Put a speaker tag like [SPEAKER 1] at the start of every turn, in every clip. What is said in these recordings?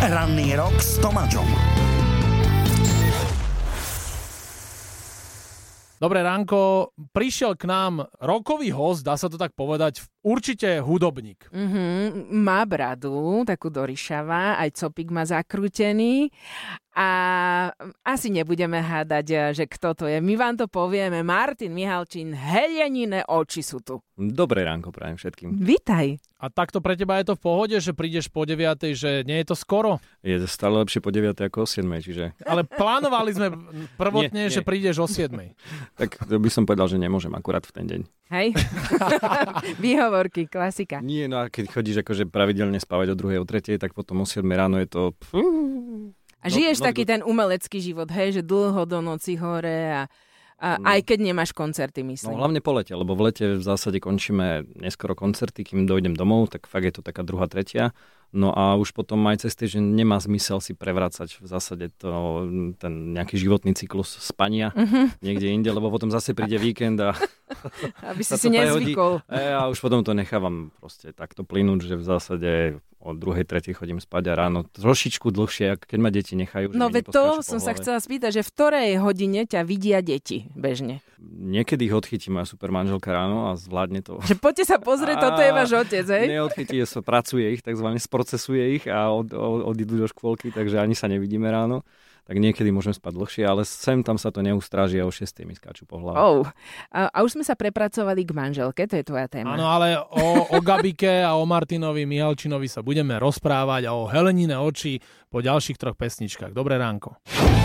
[SPEAKER 1] Ranný rok s Tomáčom.
[SPEAKER 2] Dobré ránko, prišiel k nám rokový host, dá sa to tak povedať, určite hudobník.
[SPEAKER 3] Mm-hmm. Má bradu, takú dorišava, aj copik má zakrútený a asi nebudeme hádať, eh, že kto to je. My vám to povieme. Martin Mihalčín, Helenine oči sú tu.
[SPEAKER 4] Dobré ránko prajem všetkým.
[SPEAKER 3] Vítaj.
[SPEAKER 2] A takto pre teba je to v pohode, že prídeš po 9, že nie je to skoro?
[SPEAKER 4] Je to stále lepšie po 9 ako o 7, čiže...
[SPEAKER 2] Ale plánovali sme prvotne,
[SPEAKER 4] Nie, nie.
[SPEAKER 2] že prídeš o 7.
[SPEAKER 4] Tak to by som povedal, že nemôžem akurát v ten deň.
[SPEAKER 3] Hej. Výhovorky, klasika.
[SPEAKER 4] Nie, no a keď chodíš akože pravidelne spávať o 2. o 3. tak potom o 7 ráno je to... Pf,
[SPEAKER 3] A žiješ
[SPEAKER 4] no,
[SPEAKER 3] taký ten umelecký život, hej, že dlho do noci hore a, a aj keď nemáš koncerty,
[SPEAKER 4] no
[SPEAKER 3] myslím.
[SPEAKER 4] hlavne po lete, lebo v lete v zásade končíme neskoro koncerty, kým dojdem domov, tak fakt je to taká druhá, tretia. No a už potom aj cez týždeň nemá zmysel si prevrácať v zásade to, ten nejaký životný cyklus spania niekde inde, lebo potom zase príde víkend a
[SPEAKER 3] Aby si
[SPEAKER 4] sa
[SPEAKER 3] si
[SPEAKER 4] to prehodí.
[SPEAKER 3] nezvykol.
[SPEAKER 4] E, a už potom to nechávam proste takto plynúť, že v zásade o druhej, tretej chodím spať a ráno trošičku dlhšie, ak- keď ma deti nechajú. že
[SPEAKER 3] No
[SPEAKER 4] mi
[SPEAKER 3] veď to
[SPEAKER 4] neposkáču po
[SPEAKER 3] som sa
[SPEAKER 4] hlave.
[SPEAKER 3] chcela spýtať, že v ktorej hodine ťa vidia deti bežne?
[SPEAKER 4] Niekedy ich odchytí moja super manželka ráno a zvládne to.
[SPEAKER 3] Že poďte sa pozrieť, toto je
[SPEAKER 4] Á,
[SPEAKER 3] váš otec, hej?
[SPEAKER 4] Neodchytí, sa pracuje ich, takzvané sprocesuje ich a od, od, odídu do škôlky, takže ani sa nevidíme ráno. Tak niekedy môžem spať dlhšie, ale sem tam sa to neustráži a o 6 mi skáču po hlave.
[SPEAKER 3] Oh. A, a už sme sa prepracovali k manželke, to je tvoja téma.
[SPEAKER 2] Áno, ale o, o Gabike a o Martinovi Mihalčinovi sa budeme rozprávať a o Helenine oči po ďalších troch pesničkách. Dobré ránko.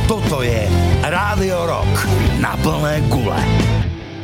[SPEAKER 1] Toto je Rádio Rock na plné gule.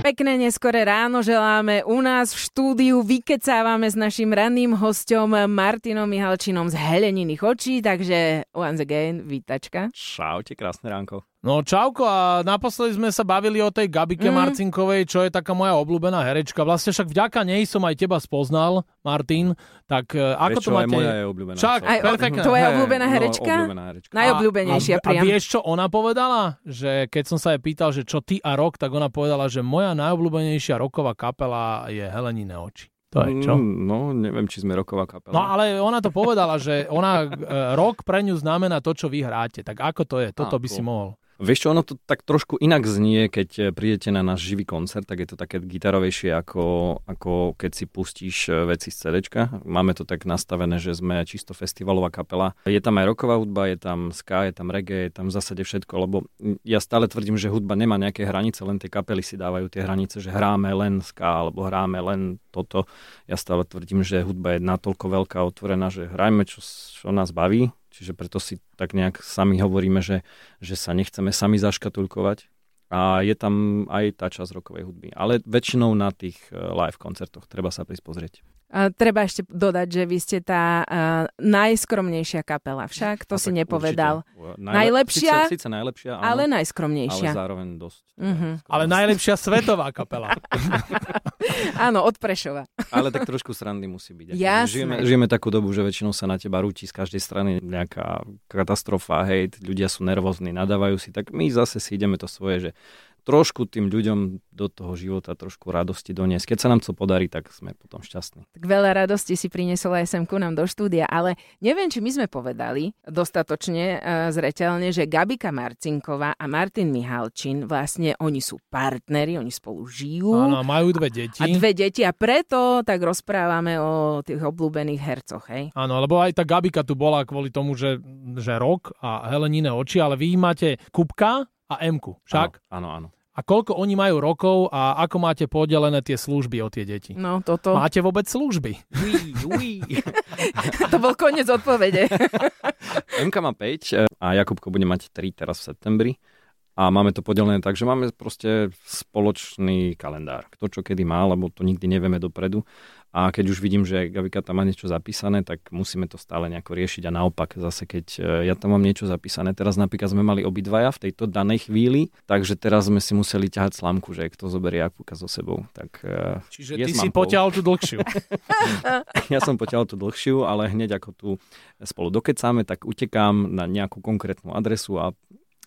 [SPEAKER 3] Pekné neskoré ráno želáme u nás v štúdiu. Vykecávame s našim ranným hostom Martinom Mihalčinom z Heleniných očí, takže once again, vítačka.
[SPEAKER 4] Čaute, krásne ránko.
[SPEAKER 2] No čauko, a naposledy sme sa bavili o tej Gabike
[SPEAKER 3] Mhm.
[SPEAKER 2] mm. Marcinkovej, čo je taká moja obľúbená herečka. Vlastne však vďaka nej som aj teba spoznal, Martin. Tak e, ako
[SPEAKER 4] Vieš
[SPEAKER 2] to
[SPEAKER 4] čo, aj
[SPEAKER 2] máte?
[SPEAKER 4] moja je obľúbená.
[SPEAKER 2] Čak,
[SPEAKER 4] celkom.
[SPEAKER 3] Aj o-
[SPEAKER 2] Perfektné.
[SPEAKER 3] tvoja
[SPEAKER 4] Hej,
[SPEAKER 3] obľúbená
[SPEAKER 4] no,
[SPEAKER 3] herečka?
[SPEAKER 4] Obľúbená herečka.
[SPEAKER 3] Najobľúbenejšia
[SPEAKER 2] a, a
[SPEAKER 3] priam.
[SPEAKER 2] vieš, čo ona povedala? Že keď som sa jej pýtal, že čo ty a rok, tak ona povedala, že moja najobľúbenejšia roková kapela je Helenine oči. To je čo?
[SPEAKER 4] Mm, No, neviem, či sme roková kapela.
[SPEAKER 2] No ale ona to povedala, že ona, e, rok pre ňu znamená to, čo vy hráte. Tak ako to je? Toto by
[SPEAKER 4] Ako?
[SPEAKER 2] si mohol.
[SPEAKER 4] Vieš čo, ono to tak trošku inak znie, keď eh, prídete na náš živý koncert, tak je to také gitarovejšie, ako, ako keď si pustíš eh, veci z CDčka. Máme to tak nastavené, že sme čisto festivalová kapela. Je tam aj roková hudba, je tam ska, je tam reggae, je tam v zásade všetko, lebo mm, ja stále tvrdím, že hudba nemá nejaké hranice, len tie kapely si dávajú tie hranice, že hráme len ska, alebo hráme len toto. Ja stále tvrdím, že hudba je natoľko veľká a otvorená, že hrajme, čo, s- čo nás baví. Čiže preto si tak nejak sami hovoríme, že že sa nechceme sami zaškatulkovať. A je tam aj tá časť rokovej hudby. Ale väčšinou na tých eh, live koncertoch treba sa prísť pozrieť.
[SPEAKER 3] A treba ešte dodať, že vy ste tá a, najskromnejšia kapela. Však to
[SPEAKER 4] A
[SPEAKER 3] si
[SPEAKER 4] tak
[SPEAKER 3] nepovedal.
[SPEAKER 4] Určite.
[SPEAKER 3] Najlepšia?
[SPEAKER 4] Sice, sice najlepšia,
[SPEAKER 3] Ale
[SPEAKER 4] áno, ale, ale
[SPEAKER 3] najskromnejšia.
[SPEAKER 4] zároveň dosť. e,
[SPEAKER 3] Mhm.
[SPEAKER 2] Ale najlepšia svetová kapela.
[SPEAKER 3] Áno, od Prešova.
[SPEAKER 4] ale tak trošku srandy musí byť. Akože
[SPEAKER 3] Jasné.
[SPEAKER 4] Žijeme, žijeme takú dobu, že väčšinou sa na teba rúti z každej strany nejaká katastrofa, hejt, ľudia sú nervózni, nadávajú si, tak my zase si ideme to svoje, že trošku tým ľuďom do toho života trošku radosti doniesť. Keď sa nám to podarí, tak sme potom šťastní.
[SPEAKER 3] Tak veľa radosti si priniesol aj sem ku nám do štúdia, ale neviem, či my sme povedali dostatočne e, zreteľne, že Gabika Marcinková a Martin Mihalčin, vlastne oni sú partneri, oni spolu žijú
[SPEAKER 2] Áno, majú dve deti.
[SPEAKER 3] a dve deti a preto tak rozprávame o tých obľúbených hercoch, hej?
[SPEAKER 2] Áno, lebo aj tá Gabika tu bola kvôli tomu, že, že rok a Helenine oči, ale vy máte Kupka a Mku, však? Áno.
[SPEAKER 4] Áno, áno. áno.
[SPEAKER 2] A koľko oni majú rokov a ako máte podelené tie služby o tie deti?
[SPEAKER 3] No toto,
[SPEAKER 2] Máte vôbec služby?
[SPEAKER 3] to bol koniec odpovede.
[SPEAKER 4] MK má 5 a Jakubko bude mať 3 teraz v septembri. A máme to podelené tak, že máme proste spoločný kalendár. Kto čo kedy má, lebo to nikdy nevieme dopredu. A keď už vidím, že Gavika tam má niečo zapísané, tak musíme to stále nejako riešiť. A naopak, zase keď e, ja tam mám niečo zapísané, teraz napríklad sme mali obidvaja v tejto danej chvíli, takže teraz sme si museli ťahať slamku, že kto zoberie Jakuka so sebou. Tak e,
[SPEAKER 2] Čiže
[SPEAKER 4] Je
[SPEAKER 2] ty
[SPEAKER 4] s
[SPEAKER 2] si
[SPEAKER 4] mamkou.
[SPEAKER 2] potiaľ tú dlhšiu.
[SPEAKER 4] ja som potiaľ tú dlhšiu, ale hneď ako tu spolu dokecáme, tak utekám na nejakú konkrétnu adresu a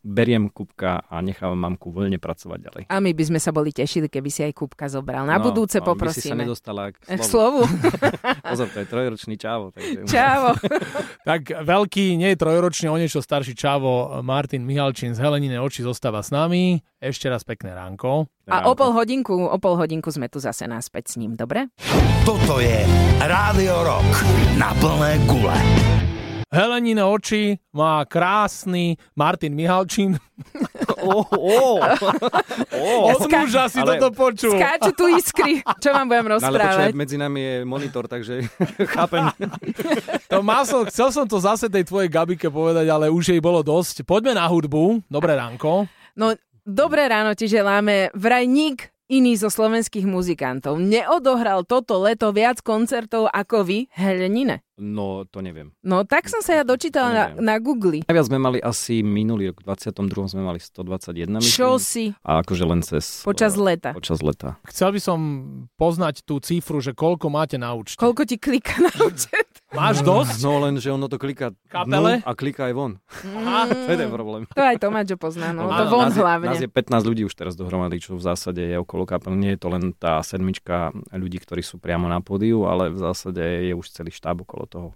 [SPEAKER 4] beriem kúbka a nechávam mamku voľne pracovať ďalej.
[SPEAKER 3] A my by sme sa boli tešili, keby si aj kúbka zobral. Na
[SPEAKER 4] No,
[SPEAKER 3] budúce
[SPEAKER 4] no, by si sa
[SPEAKER 3] poprosíme.
[SPEAKER 4] nedostala k
[SPEAKER 3] K
[SPEAKER 4] slovu.
[SPEAKER 3] slovu.
[SPEAKER 4] Pozor, to je trojročný čávo. Takže...
[SPEAKER 3] Čavo.
[SPEAKER 2] Tak veľký, nie je trojročný, o niečo starší čavo Martin Mihalčín z Helenine oči zostáva s nami. Ešte raz pekné ránko.
[SPEAKER 3] A o pol hodinku, o pol hodinku sme tu zase naspäť s ním, dobre?
[SPEAKER 1] Toto je Rádio Rock na plné gule.
[SPEAKER 2] Helenine oči má krásny Martin Mihalčín.
[SPEAKER 4] Oh, oh, oh.
[SPEAKER 2] Od muža si
[SPEAKER 4] Ale-
[SPEAKER 2] toto
[SPEAKER 4] No,
[SPEAKER 2] počul.
[SPEAKER 3] Skáču tu iskry. Čo vám budem
[SPEAKER 4] Ale počkaj,
[SPEAKER 3] rozprávať?
[SPEAKER 4] medzi nami je monitor, takže chápem.
[SPEAKER 2] To má som, chcel som to zase tej tvojej Gabike povedať, ale už jej bolo dosť. Poďme na hudbu. Dobré ránko.
[SPEAKER 3] No, dobré ráno ti želáme. Vraj nik iný zo slovenských muzikantov neodohral toto leto viac koncertov ako vy, Helenine.
[SPEAKER 4] No, to neviem.
[SPEAKER 3] No, tak som sa ja dočítala
[SPEAKER 4] Neviem.
[SPEAKER 3] na, na Google.
[SPEAKER 4] Najviac sme mali asi minulý rok, v 22. sme mali 121, myslím.
[SPEAKER 3] Čo si
[SPEAKER 4] A akože len cez...
[SPEAKER 3] počas
[SPEAKER 4] eh,
[SPEAKER 3] leta?
[SPEAKER 4] Počas leta.
[SPEAKER 2] Chcel by som poznať tú cifru, že koľko máte na účte.
[SPEAKER 3] Koľko ti klika na účet?
[SPEAKER 2] Máš dosť?
[SPEAKER 4] No len, že ono to kliká
[SPEAKER 2] Kapele?
[SPEAKER 4] dnu a kliká aj von.
[SPEAKER 3] Mm.
[SPEAKER 4] To je ten problém.
[SPEAKER 3] To aj Tomáčo pozná,
[SPEAKER 2] No,
[SPEAKER 3] Hmm. no, to
[SPEAKER 2] áno,
[SPEAKER 3] von
[SPEAKER 4] nás je, Nás
[SPEAKER 3] hlavne.
[SPEAKER 4] je 15 ľudí už teraz dohromady, čo v zásade je okolo kapel. Nie je to len tá sedmička ľudí, ktorí sú priamo na pódiu, ale v zásade je už celý štáb okolo toho.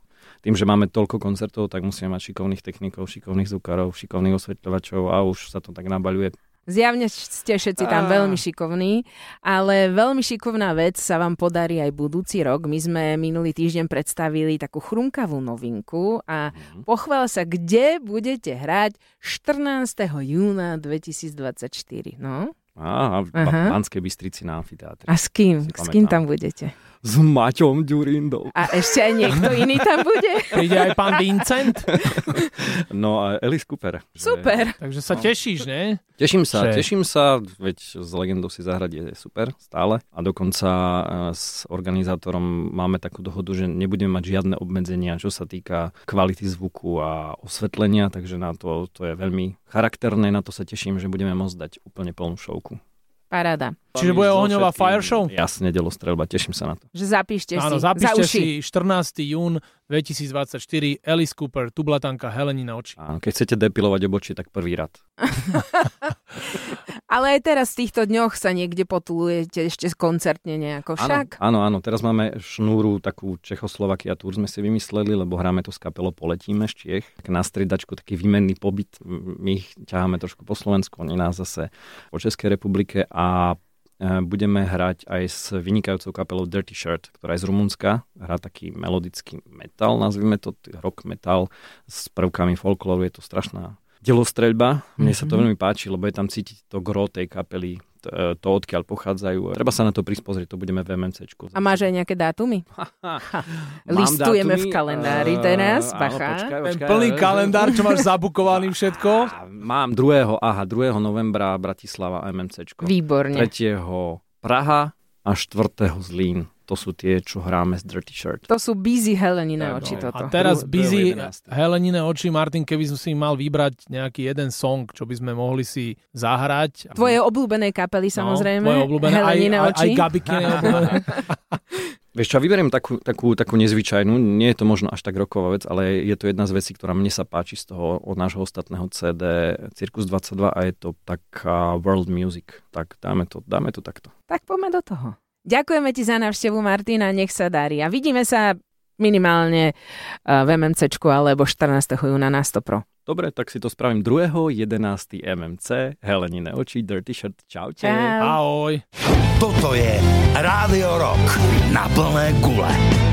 [SPEAKER 4] Tým, že máme toľko koncertov, tak musíme mať šikovných technikov, šikovných zvukárov, šikovných osvetľovačov a už sa to tak nabaľuje.
[SPEAKER 3] Zjavne ste všetci tam
[SPEAKER 4] Á.
[SPEAKER 3] veľmi šikovní, ale veľmi šikovná vec sa vám podarí aj budúci rok. My sme minulý týždeň predstavili takú chrumkavú novinku a
[SPEAKER 4] Mhm.
[SPEAKER 3] pochvál sa, kde budete hrať 14. júna 2024. No
[SPEAKER 4] Á, A v
[SPEAKER 3] Aha.
[SPEAKER 4] Ba- Banskej Bystrici na amfiteátri.
[SPEAKER 3] a s kým?
[SPEAKER 4] Si
[SPEAKER 3] S kým
[SPEAKER 4] pamätám.
[SPEAKER 3] tam budete?
[SPEAKER 4] S Maťom Ďurindou.
[SPEAKER 3] A ešte aj niekto iný tam bude?
[SPEAKER 2] Príde aj pán Vincent.
[SPEAKER 4] No a Alice Cooper. že-
[SPEAKER 3] Super.
[SPEAKER 2] Takže
[SPEAKER 4] No.
[SPEAKER 2] sa tešíš, ne?
[SPEAKER 4] Teším sa,
[SPEAKER 2] Že-
[SPEAKER 4] teším sa, veď s legendou si zahrať je super, stále. A dokonca e, s organizátorom máme takú dohodu, že nebudeme mať žiadne obmedzenia, čo sa týka kvality zvuku a osvetlenia, takže na to, to je veľmi charakterné, na to sa teším, že budeme môcť dať úplne plnú šovku.
[SPEAKER 3] Parada.
[SPEAKER 2] Čiže bude
[SPEAKER 4] So
[SPEAKER 2] ohňová
[SPEAKER 4] všetkým-
[SPEAKER 2] fire show?
[SPEAKER 4] Jasne, delostrelba, teším sa na to.
[SPEAKER 3] Že zapíšte
[SPEAKER 2] Áno,
[SPEAKER 3] si za
[SPEAKER 2] zapíšte
[SPEAKER 3] uši.
[SPEAKER 2] si 14. jún 2024 Alice Cooper, Tublatanka, Helenina oči.
[SPEAKER 4] A keď chcete depilovať obočie, tak prvý rad.
[SPEAKER 3] Ale aj teraz v týchto dňoch sa niekde potulujete ešte koncertne nejako však.
[SPEAKER 4] Áno, áno, áno, teraz máme šnúru takú Čechoslovakia tour sme si vymysleli, lebo hráme to s kapelou Poletíme z Čiech. Tak na striedačku taký výmenný pobyt. M- My ich ťaháme trošku po Slovensku, oni nás zase po Českej republike a e, budeme hrať aj s vynikajúcou kapelou Dirty Shirt, ktorá je z Rumunska. Hrá taký melodický metal, nazvime to t- rock metal s prvkami folklóru. Je to strašná delostreľba. Mne sa
[SPEAKER 3] Mhm.
[SPEAKER 4] to veľmi páči, lebo je tam cítiť to gro tej kapely, t- e, to odkiaľ pochádzajú. Treba sa na to prispozrieť, to budeme v MMCčku.
[SPEAKER 3] A máš aj nejaké dátumy?
[SPEAKER 4] Mám
[SPEAKER 3] Listujeme v kalendári
[SPEAKER 4] Eh,
[SPEAKER 3] teraz,
[SPEAKER 4] áno,
[SPEAKER 3] bacha.
[SPEAKER 4] počkaj,
[SPEAKER 2] Ten
[SPEAKER 4] počkaj.
[SPEAKER 2] plný kalendár, čo máš zabukovaný všetko.
[SPEAKER 4] A Mám 2. aha, 2. novembra Bratislava MMCčko.
[SPEAKER 3] Výborne.
[SPEAKER 4] 3. Praha a 4. Zlín. To sú tie, čo hráme z Dirty Shirt.
[SPEAKER 3] To sú busy Helenine
[SPEAKER 4] Tak, no.
[SPEAKER 3] oči
[SPEAKER 2] A
[SPEAKER 3] toto.
[SPEAKER 2] teraz
[SPEAKER 4] To je
[SPEAKER 2] busy
[SPEAKER 4] 11.
[SPEAKER 2] Helenine oči, Martin, keby som si mal vybrať nejaký jeden song, čo by sme mohli si zahrať.
[SPEAKER 3] Tvoje obľúbené kapely
[SPEAKER 2] No,
[SPEAKER 3] samozrejme.
[SPEAKER 2] tvoje obľúbené, aj,
[SPEAKER 3] Helenine
[SPEAKER 2] aj, aj
[SPEAKER 3] oči.
[SPEAKER 2] Gabikine obľúbené.
[SPEAKER 4] Vieš čo, ja vyberiem takú, takú, takú nezvyčajnú, nie je to možno až tak roková vec, ale je to jedna z vecí, ktorá mne sa páči z toho od nášho ostatného CD Cirkus 22 a je to taká world music. Tak dáme to, dáme to takto.
[SPEAKER 3] tak poďme do toho. Ďakujeme ti za návštevu Martina, nech sa darí. A vidíme sa minimálne eh, v MMCčku alebo 14. júna na 100 Pro.
[SPEAKER 4] Dobre, tak si to spravím 2. 11. MMC, Helenine oči, Dirty Shirt, čaute.
[SPEAKER 3] Čau.
[SPEAKER 2] Ahoj.
[SPEAKER 1] Toto je Rádio Rock na plné gule.